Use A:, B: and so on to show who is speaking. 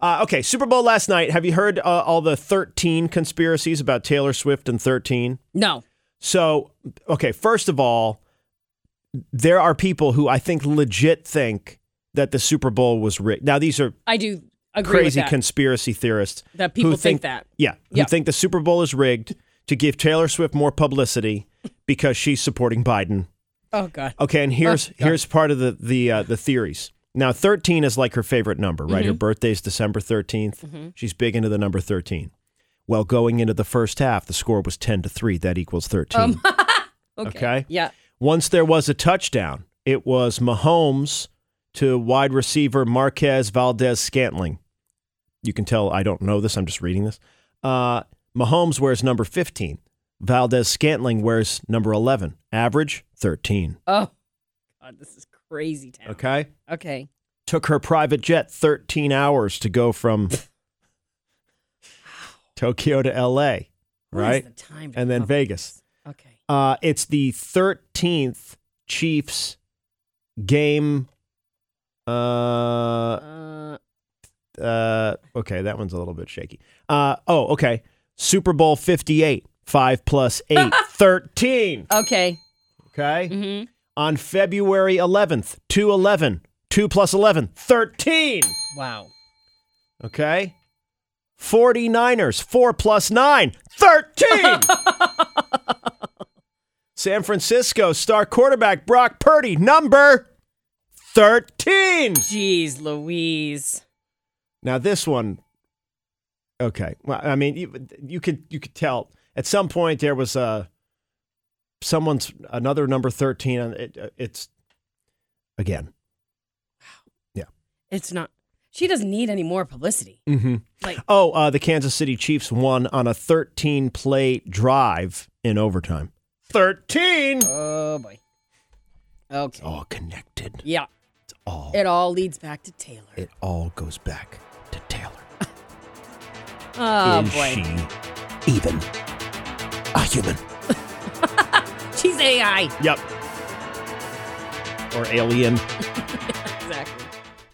A: Uh, okay, Super Bowl last night. Have you heard uh, all the 13 conspiracies about Taylor Swift and 13?
B: No.
A: So, okay, first of all, there are people who I think legit think that the Super Bowl was rigged. Now, these are
B: I do agree
A: crazy
B: with that.
A: conspiracy theorists
B: that people
A: who
B: think, that.
A: Yeah, who
B: Yeah.
A: think the Super Bowl is rigged to give Taylor Swift more publicity because she's supporting Biden.
B: Oh God.
A: Okay, and here's
B: Oh, God.
A: here's part of the the uh, the theories. Now, thirteen is like her favorite number, right?
B: Mm-hmm.
A: Her birthday's December 13th She's big into the number thirteen. Well, going into the first half, the score was ten to three. That equals thirteen. okay.
B: Um, Yeah.
A: Once there was a touchdown, it was Mahomes to wide receiver Marquez Valdez Scantling. You can tell I don't know this. I'm just reading this. Uh, Mahomes wears number 15. Valdez Scantling wears number 11. Average 13.
B: Oh God, this is crazy town.
A: Okay.
B: Okay.
A: Took her private jet 13 hours to go from Tokyo to LA,
B: What is
A: right?
B: the time to
A: And then
B: cover this?
A: Vegas.
B: Okay.
A: Uh, it's the 13th Chiefs game. Uh,
B: Uh,
A: uh, okay, that one's a little bit shaky. Uh, oh, okay. Super Bowl 58, 5 plus 8, 13.
B: okay.
A: Okay.
B: hmm
A: On February 11th, 2 11, 2 plus 11, 13.
B: Wow.
A: Okay. 49ers, 4 plus 9, 13. San Francisco star quarterback Brock Purdy, number 13.
B: Jeez, Louise.
A: Now this one okay. Well, I mean you, you could you could tell at some point there was a someone's another number 13 and it, it's again.
B: It's not. She doesn't need any more publicity.
A: Mm-hmm.
B: Like
A: Oh, uh, the Kansas City Chiefs won on a 13 play drive in overtime. 13?
B: oh boy. Okay.
A: All connected.
B: Yeah.
A: It's all.
B: It all leads back to Taylor.
A: It all goes back to Taylor.
B: oh
A: Is
B: boy.
A: she even a human?
B: She's AI.
A: Yep. Or alien.